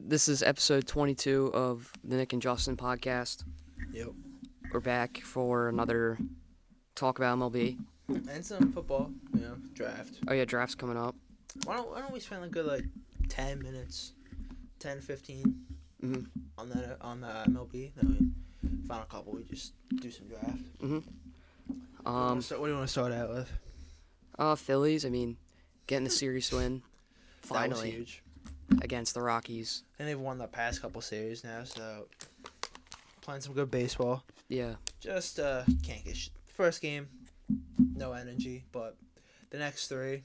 This is episode 22 of the Nick and Justin podcast. Yep. We're back for another talk about MLB. And some football, you know, draft. Oh yeah, draft's coming up. Why don't why don't we spend a good like ten minutes, 10, 15 Mm-hmm. Mhm. on that uh, on the MLB? Then we final couple we just do some draft. Um, so what do you want to start out with? uh, Phillies. I mean, getting a series win That was finally huge. against the Rockies. And they've won the past couple series now, so playing some good baseball. Yeah, Just uh can't get sh- first game, no energy, but the next three,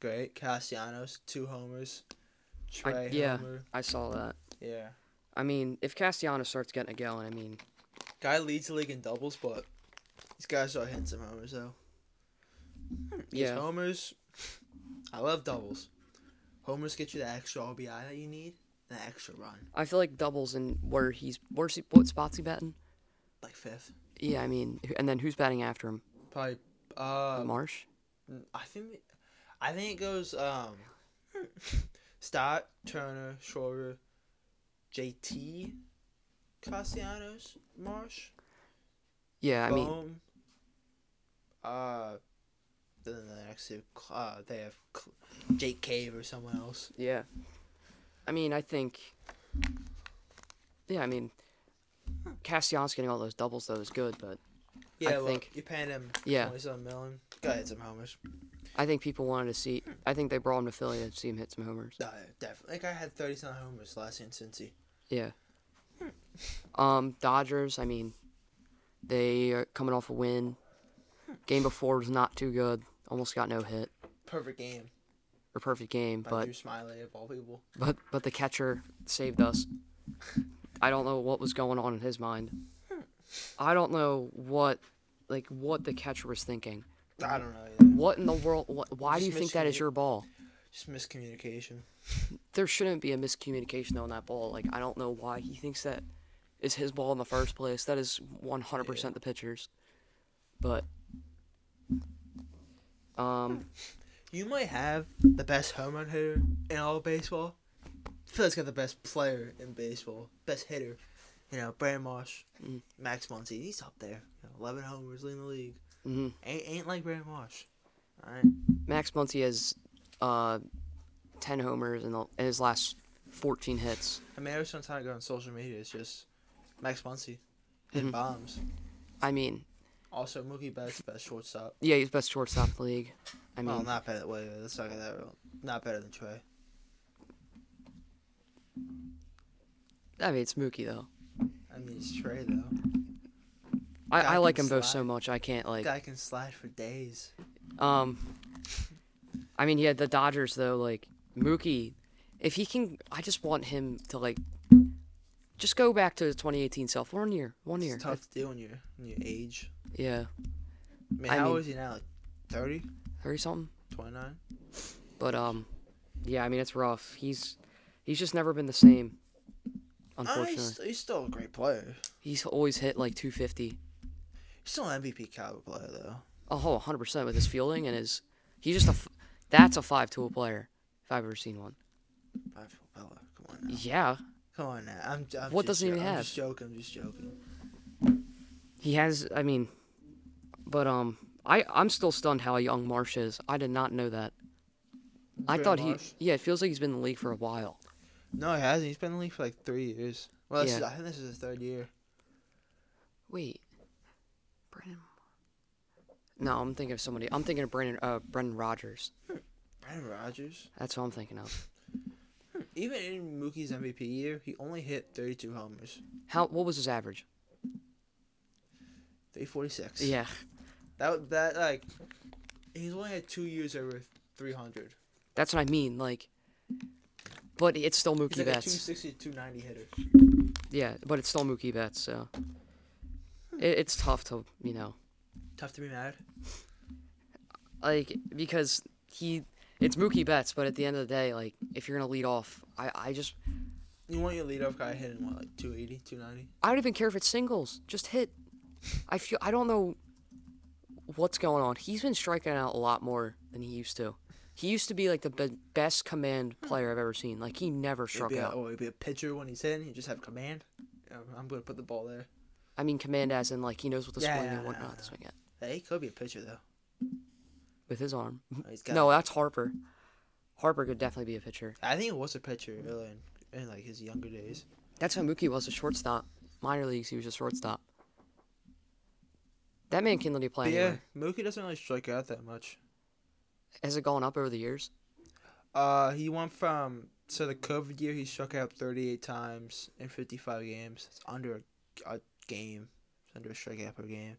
great. Castellanos, two homers. I- Trey yeah. homer. I saw that. Yeah. I mean, if Castellanos starts getting a going, I mean, Guy leads the league in doubles, but these guys are hitting some homers though. These Yeah. homers. I love doubles. Homers get you the extra RBI that you need, the extra run, I feel like doubles and where he's where's he, what spots he batting? like fifth. Yeah, I mean, and then who's batting after him? Probably. Uh, Marsh. I think, I think it goes um, Stott, Turner, Schroeder, JT, Castellanos, Marsh, Yeah, I mean, Bohm. Uh, then the next two, Cl- uh, they have Cl- Jake Cave or someone else. Yeah. I mean, I think. Yeah, I mean, Castellanos getting all those doubles though is good, but Yeah, well, think- you're paying him Yeah. twenty-seven million. Go ahead, some homers. I think people wanted to see. I think they brought him to Philly to see him hit some homers. Uh, definitely. Like I had thirty-seven homers last year in Cincy. Yeah. Um, Dodgers. I mean, they are coming off a win. Game before was not too good. Almost got no hit Perfect game or perfect game, by but Drew Smiley of all people. but but the catcher saved us. I don't know what was going on in his mind. I don't know what like what the catcher was thinking. I don't know. Either. What in the world? What, why do you Just think that is miscommunic- your ball? Just miscommunication. There shouldn't be a miscommunication though on that ball. Like I don't know why he thinks that is his ball in the first place. That is 100% the pitcher's. But um, You might have the best home run hitter in all of baseball. Philly's got the best player in baseball, best hitter. You know, Brandon Marsh, Mm-hmm. Max Muncy, he's up there. You know, Eleven homers, leading the league. Mhm. Ain't ain't like Brandon Marsh. All right. Max Muncy has uh 10 homers in, the, in his last 14 hits. I mean, every single time I go on social media, it's just Max Muncy Mm-hmm. hitting bombs. I mean, Also, Mookie Betts, best shortstop. yeah, he's best shortstop in the league. I mean, Well, not better. Wait, wait, let's not get that wrong. Not better than Trey. I mean, it's Mookie though. I mean, it's Trey though. I, Guy I like can them both so slide. much. I can't like Guy can slide for days. Um, I mean, yeah, the Dodgers though, like Mookie, if he can, I just want him to like, just go back to his 2018 self. One year, one year. It's tough to do when you're when you're age. Yeah, I mean, I how mean- old is he now? Like 30? thirty something. 29? But um, yeah, I mean it's rough. He's he's just never been the same. Ah, Unfortunately, he's, he's still a great player. he's always hit like 250. He's still an MVP caliber player though. Oh, 100 percent with his fielding and his. He's just a. f- That's a five-tool player. If I've ever seen one. Five foot Bella. oh, Come on now. Yeah, Come on now. I'm, I'm What just doesn't he jo- have? I'm just joking. I'm just joking. He has. I mean, but um, I I'm still stunned how young Marsh is. I did not know that. I Brandon thought he. Marsh? Yeah, it feels like he's been in the league for a while. No, he hasn't. He's been in the league for like three years. Well, this Yeah. is, I think this is his third year. Wait, Brandon. No, I'm thinking of somebody. I'm thinking of Brandon. Uh, Brendan Rogers. Brandon Rogers. That's what I'm thinking of. Even in Mookie's MVP year, he only hit 32 homers. How? What was his average? 346. Yeah, That, that like, he's only had two years over 300. that's what I mean. Like, but it's still Mookie He's like a Betts. 260 to 290 hitter. Yeah, but it's still Mookie Betts. So it, it's tough to you know. Tough to be mad. like because he it's Mookie Betts, but at the end of the day, like if you're gonna lead off, I I just You want your leadoff guy hitting, what, like 280, 290? I don't even care if it's singles, just hit. I feel I don't know what's going on. He's been striking out a lot more than he used to. He used to be like the be- best command player I've ever seen. Like he never He'd struck be, a, out. oh, he'd be a pitcher when he's in. He'd just have command. Um, I'm gonna put the ball there. I mean, command as in like he knows what to Yeah, swing yeah, and what yeah, not to yeah. swing at Hey, he could be a pitcher though. with his arm. Oh, He's got. No, that's Harper. Harper could definitely be a pitcher. I think it was a pitcher early in, in like his younger days. That's how Mookie was a shortstop. Minor leagues, he was a shortstop. That man can literally play But yeah, anywhere. Mookie doesn't really strike out that much. Has it gone up over the years? Uh, he went from so the COVID year he struck out 38 times in 55 games. It's under a, a game. It's under a strikeout per game.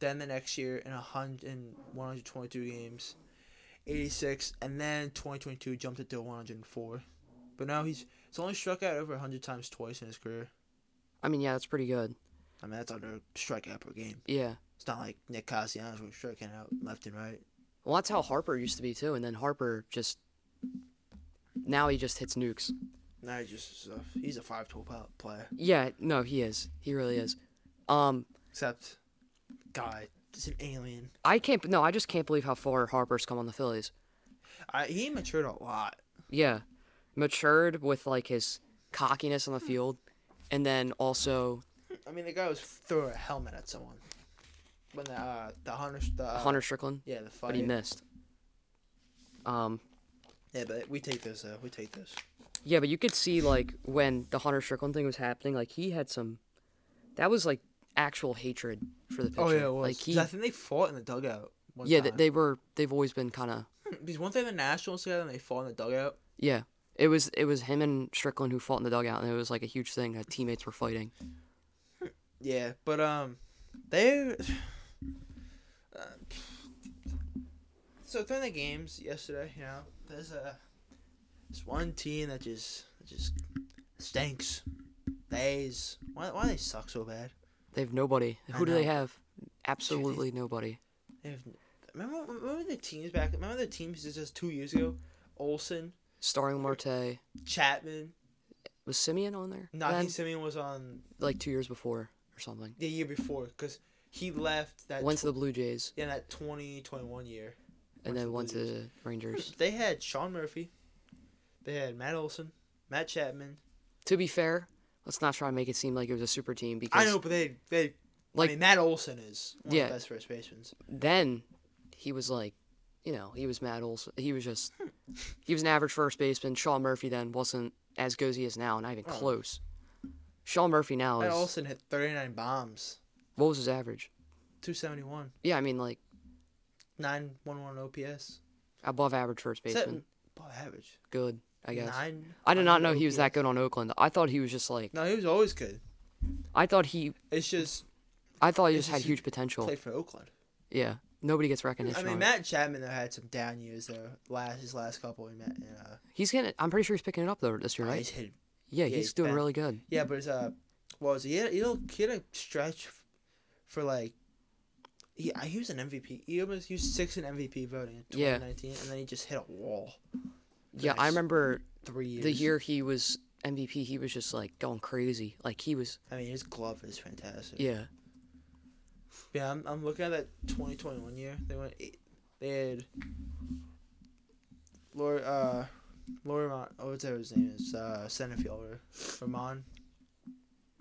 Then the next year in a hundred in 122 games, 86, and then 2022 jumped it to 104. But now he's he's only struck out over 100 times twice in his career. I mean, yeah, that's pretty good. I mean that's under a strikeout per game. Yeah. It's not like Nick Castellanos was striking out left and right. Well, that's how Harper used to be too, and then Harper just now he just hits nukes. Now he just uh, he's a five tool player. Yeah, no, he is. He really is. Um, Except, God, it's an alien. I can't. No, I just can't believe how far Harper's come on the Phillies. I, he matured a lot. Yeah, matured with like his cockiness on the Hmm. field, and then also I mean, the guy was throwing a helmet at someone when the uh, the hunter the uh, Hunter Strickland, Yeah, the but fight. he missed. Um, yeah, but we take this. Uh, we take this. yeah, but you could see like when the Hunter Strickland thing was happening, like he had some. That was like actual hatred for the pitcher. Oh, like he. I think they fought in the dugout. One Yeah, they, time. they were. They've always been kind of. because once they have the Nationals together and they fought in the dugout. Yeah. It was it was him and Strickland who fought in the dugout, and it was like a huge thing that teammates were fighting. Yeah, but um, they. Uh, so during the games yesterday, you know, there's a this one team that just that just stinks. They's why why they suck so bad. They have nobody. I Who do they know. have? Absolutely nobody. They have, remember remember the teams back. Remember the teams that just two years ago. Olson, Starring Marte Chapman, was Simeon on there? Nahi then? Simeon was on like two years before or something. the year before because he left that Went tw- to the Blue Jays in that twenty twenty one year. and went to then the went Blue to the Rangers. They had Sean Murphy. They had Matt Olson, Matt Chapman. To be fair, let's not try and make it seem like it was a super team because I know, but they they Like- I mean, Matt Olson is one Yeah. of the best first basemen. then he was like, you know, he was Matt Olson. He was just he was an average first baseman. Shaw Murphy then wasn't as good as he is now, not even Oh. close. Shaw Murphy now Matt is Olson hit 39 bombs, what was his average? 271, Yeah, I mean like 911 OPS. above average first Is that baseman. above average? Good, I guess. Nine. I did not know he was that good on Oakland. I thought he was just like No, he was always good. I thought he It's just I thought he just It's had just huge potential. play for Oakland. Yeah. Nobody gets I recognition. mean, on it. Matt Chapman though had some down years though. Last his last couple, he met. Uh, He's gonna I'm pretty sure he's picking it up though this year, right? He's hit. yeah, yeah, he's, he's doing bad. really good. Yeah, but it's uh, what was it? He had, he had a- he had a stretch f- for like. He, I- he was an MVP. He almost he was six in MVP voting in Yeah. 2019, and then he just hit a wall. for the Yeah, I next remember three years. the year he was MVP, he was just like going crazy. Like he was I mean, his glove is fantastic. yeah. Yeah, I'm, I'm looking at that 2021 year. They went eight. They had. Lori, uh, Lori Mon, oh, what's that his name is? Uh, center fielder, Ramon.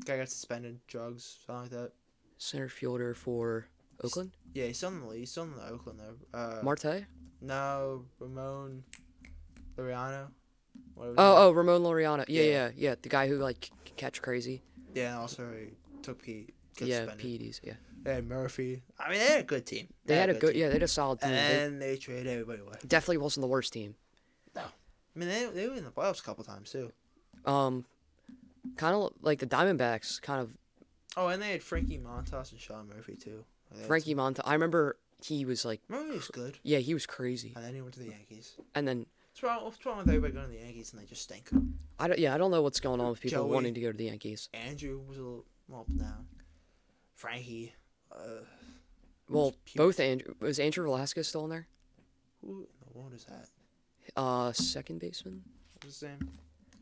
Guy got suspended, drugs, something like that. Center fielder for Oakland? Yeah, he's still in the league. He's still in the Oakland though. Uh, Marte? no, Ramon, Loriano. whatever his name- Oh, oh, Ramon Laureano. Yeah, yeah, Yeah. yeah, The guy who like c- catch crazy. Yeah, and also he took Pete. Got Yeah, suspended. PEDs, yeah. They had Murphy. I mean, they had a good team. They had a good team. yeah, they had a solid team. And They then they traded everybody away. definitely wasn't the worst team. I mean, they, they were in the playoffs a couple times too. um kind of like the Diamondbacks kind of Oh, and they had Frankie Montas and Sean Murphy too. Like, that's- Frankie Monta. I remember he was like Murphy was good, yeah, he was crazy. and then he went to the Yankees. And then What's wrong? What's wrong with everybody going to the Yankees and they just stink? I don't yeah, I don't know what's going on with people Joey. wanting to go to the Yankees. Andrew was a little well down. Frankie, uh, Well, Pugh. both Andrew was Andrew Velasquez still in there? who in the world is that? Uh second baseman? What's his name?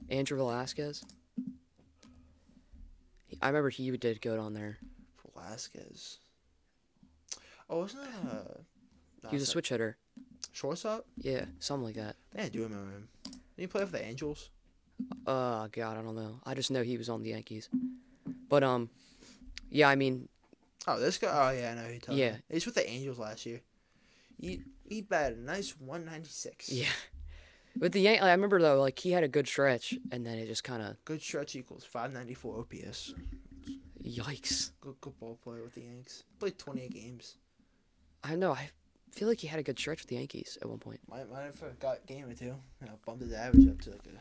Andrew Velasquez. He- I remember he did good on there. Velasquez. Oh, wasn't that? Uh, He was a switch hitter. Shortstop? Yeah, something like that. Yeah, I do remember him. Did he play for the Angels? Uh, God, I don't know. I just know he was on the Yankees. But um, yeah, I mean, Oh, this guy. Oh yeah, I know who you're talking Yeah. about. He's with the Angels last year. He he batted a nice 196. yeah. With the Yan- I remember though, like he had a good stretch, and then it just kind of Good stretch equals 594 OPS. yikes. Good good ball player with the Yanks. Played 28 games. I don't know. I feel like he had a good stretch with the Yankees at one point. Might might have got a game or two. You know, bumped his average up to like a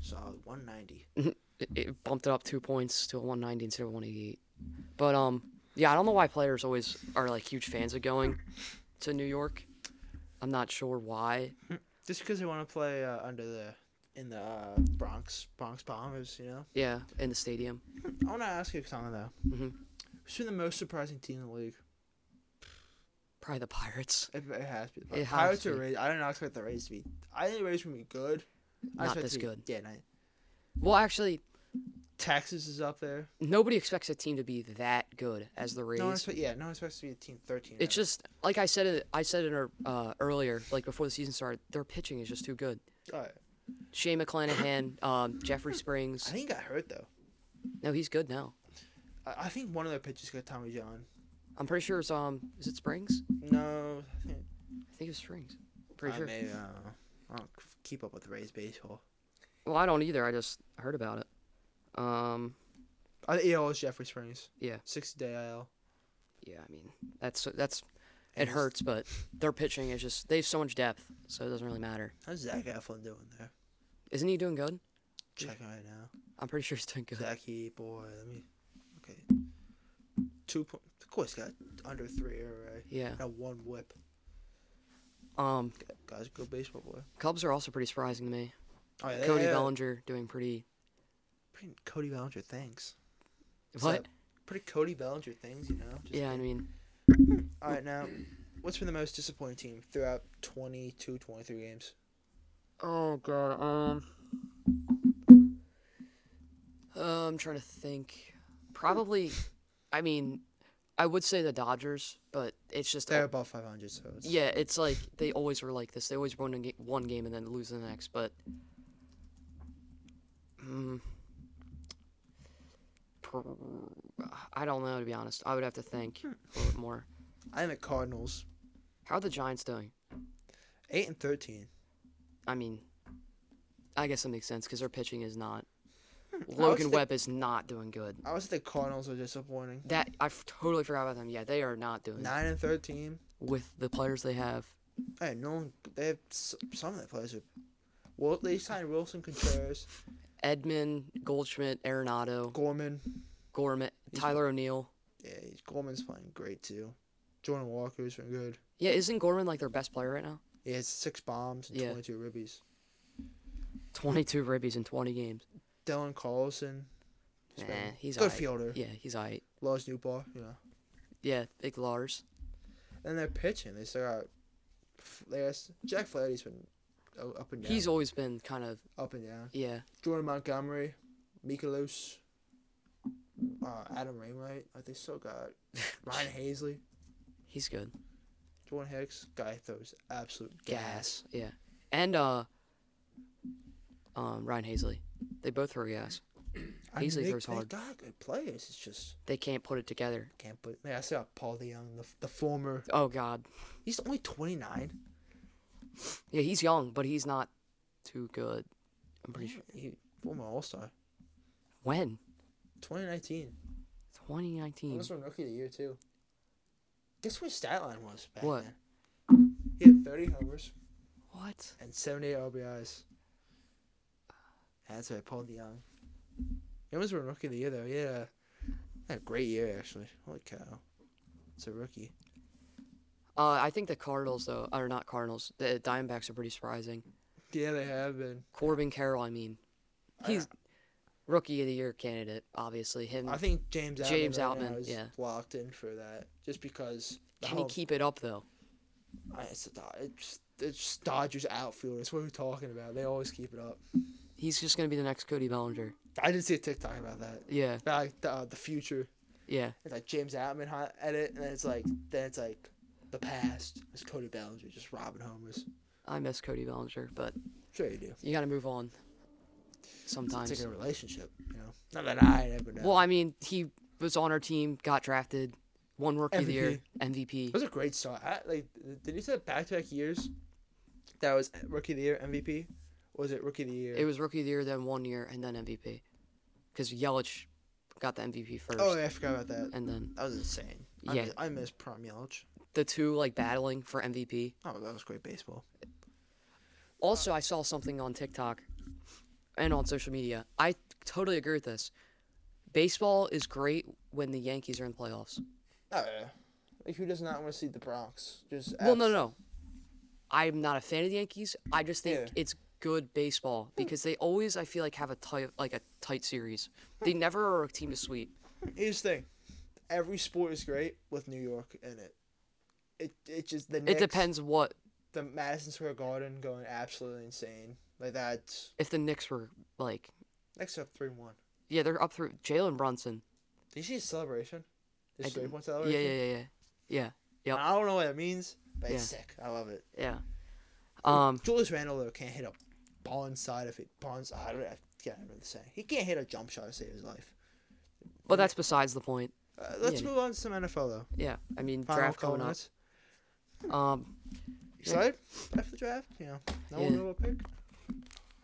solid 190. It, it bumped it up two points to a 190 instead of a 188. But um, yeah, I don't know why players always are like huge fans of going to New York. I'm not sure why. Just because they want to play uh, under the in the uh, Bronx Bronx Bombers, you know. Yeah, in the stadium. I want to ask you something though. Mhm. Who's been the most surprising team in the league? Probably the Pirates. It, it has to be. The It Pirates. has Pirates to or be. Rays. I did not expect the Rays to be. I think the Rays were gonna be good. I Not expect it this to be- good. Yeah, not, Well, actually, Texas is up there. nobody expects a team to be that good as the Rays. No one expect, yeah, no one expects to be a team thirteen. It's just like I said it. I said it ear- uh, earlier, like before the season started. Their pitching is just too good. just. Shea McClanahan, um, Jeffrey I Springs. think he got hurt though. No, he's good now. I, I think one of their pitchers got Tommy John. I'm pretty sure it's um, is it Springs? No, I think I think it was Springs. Pretty I sure. may. I don't know. I don't f- keep up with Rays baseball. Well, I don't either. I just heard about it. Um, Uh, EL is Jeffrey Springs. Yeah. Sixty day IL. yeah, I mean that's that's And it hurts, but their pitching is just they have so much depth, so it doesn't really matter. How's Zach Eflin doing there? Isn't he doing good? Checking right now. I'm pretty sure he's doing good. Zachy boy, let me. Okay. Two point. Of course, got under three ERA. Yeah. And a one whip. Um, Guy's a good baseball player. Cubs are also pretty surprising to me. Oh, yeah, Cody yeah, yeah. Bellinger doing pretty. Pretty Cody Bellinger things. It's What? that Pretty Cody Bellinger things, you know. Just- Yeah, I mean, All right, now, what's been the most disappointing team throughout 22, 23 games? Oh god. Um. Uh, I'm trying to think. Probably. I mean, I would say the Dodgers, but it's just They're above 500, so it's, Oh. yeah. It's like they always were like this. They always won a ga- one game and then lose the next. But. Mm, pr- I don't know to be honest. I would have to think a little bit more. I'm at Cardinals, How are the Giants doing? eight and 13. I mean, I guess that makes sense because their pitching is not. would Logan say- Webb Hmm. is not doing good. I would say the Cardinals are disappointing. That I f- totally forgot about them. Yeah, they are not doing Nine and 13. with the players they have. Hey, no one. They have s- some of their players are. Well, they signed Wilson Contreras, Edmund, Goldschmidt, Arenado, Gorman. Gorman, Tyler O'Neill. Yeah, he's- Gorman's playing great too. Jordan Walker's been good. Yeah, isn't Gorman like their best player right now? He has six bombs and Yeah. 22 ribbies. 22 ribbies in 20 games. Dylan Carlson. he's Nah, been he's good aight. fielder. Yeah, he's all right. Lars Newbar, you know. Yeah, big Lars. And they're pitching. They still got. F- They got Jack Flaherty's been o- up and down. He's always been kind of up and down. yeah. Jordan Montgomery, Mikolos, uh, Adam Rainwright. Like they still got Ryan Hazley, He's good. Jordan Hicks. Guy throws absolute Gas. gas. Yeah, and uh, um, Ryan Hazley. They both throw gas. I mean, Hazley they, throws they hard. got good players. It's just They can't put it together. can't put. Yeah, I still got Paul DeYoung, the the former Oh God. He's only 29. Yeah, he's young, but he's not too good. I'm pretty sure. He former All Star. When? 2019. Hmm. 2019. Almost won Rookie of the Year too. Guess what his stat line was back What? then? He had 30 homers What? and 78 RBIs. That's right, Paul DeYoung. He almost won Rookie of the Year though. Yeah, had a great year actually. Holy cow, it's a rookie. Uh, I think the Cardinals though, or not Cardinals. The Diamondbacks are pretty surprising. Yeah, they have been. Corbin Carroll, I mean, I- he's rookie of the year candidate. Obviously, him. I think James Outman James right now Outman, is yeah. locked in for that just because. the Can he home- keep it up though? I- It's, the Dod- it's, it's Dodgers outfield. It's what we're talking about. They always keep it up. He's just gonna be the next Cody Bellinger. I did see a TikTok about that. Yeah, About like the, uh, the future. yeah. It's like James Atman edit, and then it's like then it's like the past is Cody Bellinger just robbing homers. I miss Cody Bellinger, but Sure you do. you got to move on It's sometimes. like a relationship, you know. Not that I ever know. Well, I mean, he was on our team, got drafted, won Rookie of the Year, MVP. Those are great start. I, like, th- did you say back to back years? That was rookie of the year MVP. Or was it rookie of the year? It was Rookie of the Year, then one year, and then MVP. Because Yelich got the MVP first, oh, yeah, I forgot about that. and then That was insane. I Yeah. miss, I miss prom Yelich. the two like battling for MVP. Oh, that was great baseball. Also, I saw something on TikTok and on social media. I totally agree with this. Baseball is great when the Yankees are in the playoffs. Oh yeah. Like who does not want to see the Bronx? Just Well, no, no. I'm not a fan of the Yankees. I just think Yeah. it's good baseball because they always, I feel like, have a tight, like a tight series. They never are a team to sweep. Here's the thing. Every sport is great with New York in it. It it just the It Knicks, depends what The Madison Square Garden going absolutely insane. Like that's if the Knicks were like. next up three one. Yeah, they're up through Jalen Brunson. Did you see his celebration? His I three point Yeah, yeah, celebration. yeah, yeah, yeah, yeah. I don't know what it means, but it's Yeah. sick. I love it. yeah. Um, Julius Randle though can't hit a ball inside if it bonds. I don't. I can't remember the saying. He can't hit a jump shot to save his life. but that's besides the point. Uh, let's Yeah. move on to some NFL though. Yeah, I mean Final draft couple coming up. minutes. Um, Excited after the draft? You know, no Yeah. one will pick.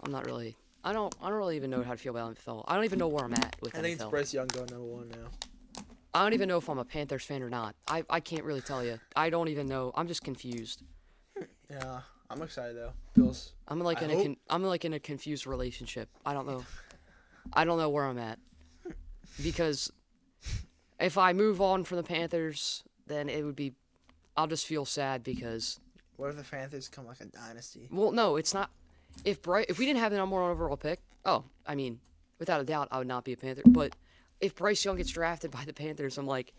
I'm not really. I don't. I don't really even know how to feel about NFL. I don't even know where I'm at with I think it's NFL. Bryce Young going number one now. I don't even know if I'm a Panthers fan or not. I I can't really tell you. I don't even know. I'm just confused. Yeah, I'm excited though. Bills. I'm like I in a hope- con- I'm like in a confused relationship. I don't know. I don't know where I'm at because if I move on from the Panthers, then it would be. I'll just feel sad because What if the Panthers come like a dynasty? Well, no, it's not. If Bryce, if we didn't have the number one overall pick, oh, I mean, without a doubt, I would not be a Panther. But if Bryce Young gets drafted by the Panthers, I'm like,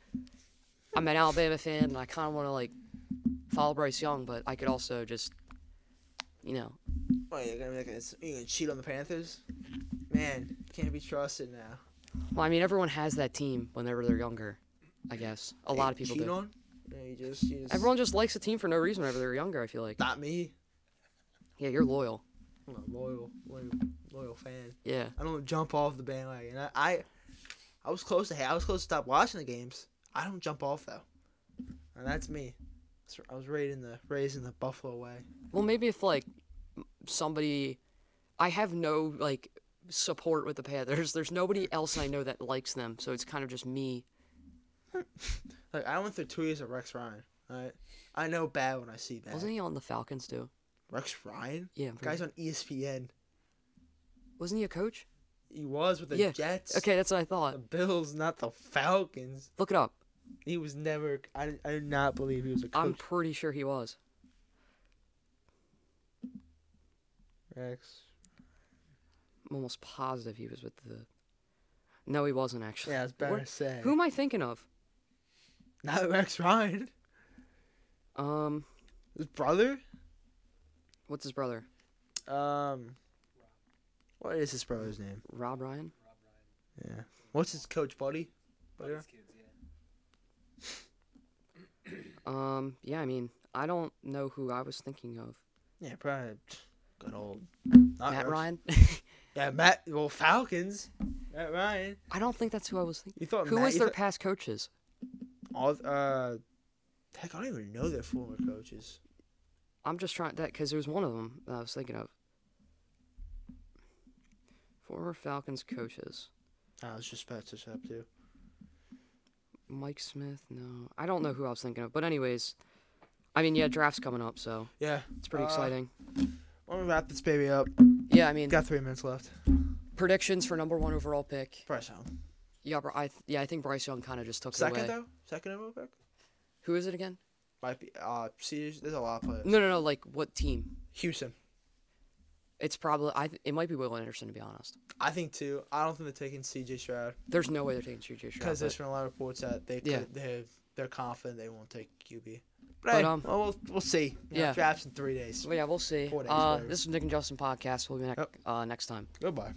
I'm an Alabama fan, and I kind of want to like follow Bryce Young, but I could also just, you know, Oh, you're gonna be like, it's- you gonna cheat on the Panthers? Man, can't be trusted now. well, I mean, everyone has that team whenever they're younger, I guess. A lot of people cheat do. on? No, you just, you just. Everyone just likes a team for no reason whenever they're younger. I feel like. Not me. Yeah, you're loyal. I'm a loyal, loyal, loyal fan. Yeah. I don't jump off the bandwagon. I, I, I was close to. Hey, I was close to stop watching the games. I don't jump off though, and that's me. So I was raising the raising the Buffalo way. Well, maybe if like somebody, I have no like support with the Panthers. There's nobody else I know that likes them, so it's kind of just me. Like I went through two years of Rex Ryan. Right, I know bad when I see bad. Wasn't he on the Falcons too? Rex Ryan? Yeah, I'm pretty- Guy's on E ESPN. wasn't he a coach? He was with the yeah. Jets. Okay, that's what I The thought. Bills, not the Falcons. Look it up. He was never. I, I do not believe he was a I'm coach. pretty sure he was. Rex. I'm almost positive he was with the. No, he wasn't actually. Yeah, it's better What- to say. Who am I thinking of? Not Rex Ryan. Um, His brother. what's his brother? Um. What is his brother's name? Rob Ryan. Yeah. What's his coach, buddy? Buddy? These kids, yeah. Um, yeah, I mean, I don't know who I was thinking of. Yeah, probably. Good old. not Matt Rex- Ryan. Yeah, Matt. Well, Falcons. Matt Ryan. I don't think that's who I was thinking. You thought Who Matt, was you their thought- past coaches? all uh heck I don't even know their former coaches. I'm just trying that because there was one of them that I was thinking of. Former Falcons coaches. I was just about to set up too. Mike Smith? No. I don't know who I was thinking of. But, anyways, I mean, yeah, draft's coming up, so Yeah. it's pretty Uh, exciting. I'm gonna wrap this baby up. Yeah, I mean, Got three minutes left. predictions for number one overall pick. Bryce Young. Yeah, Bri- I, th- yeah, I think Bryce Young kind of just took it Second away. though? Second overall pick? Who is it again? Might be uh see there's- there's a lot of players. No, no, no. Like, what team? Houston. It's probably, I. th- it might be Will Anderson, to be honest. I think too. I don't think they're taking CJ Stroud There's no way they're taking CJ Stroud. because there's But, been a lot of reports that they could, Yeah. they're they're confident they won't take QB. But, But, hey, um, well, we'll we'll see. You know, yeah. Drafts in three days. well, yeah, we'll see. Four days, Uh, whatever. this is Nick and Justin podcast. We'll be back Yep. uh, next time. Goodbye.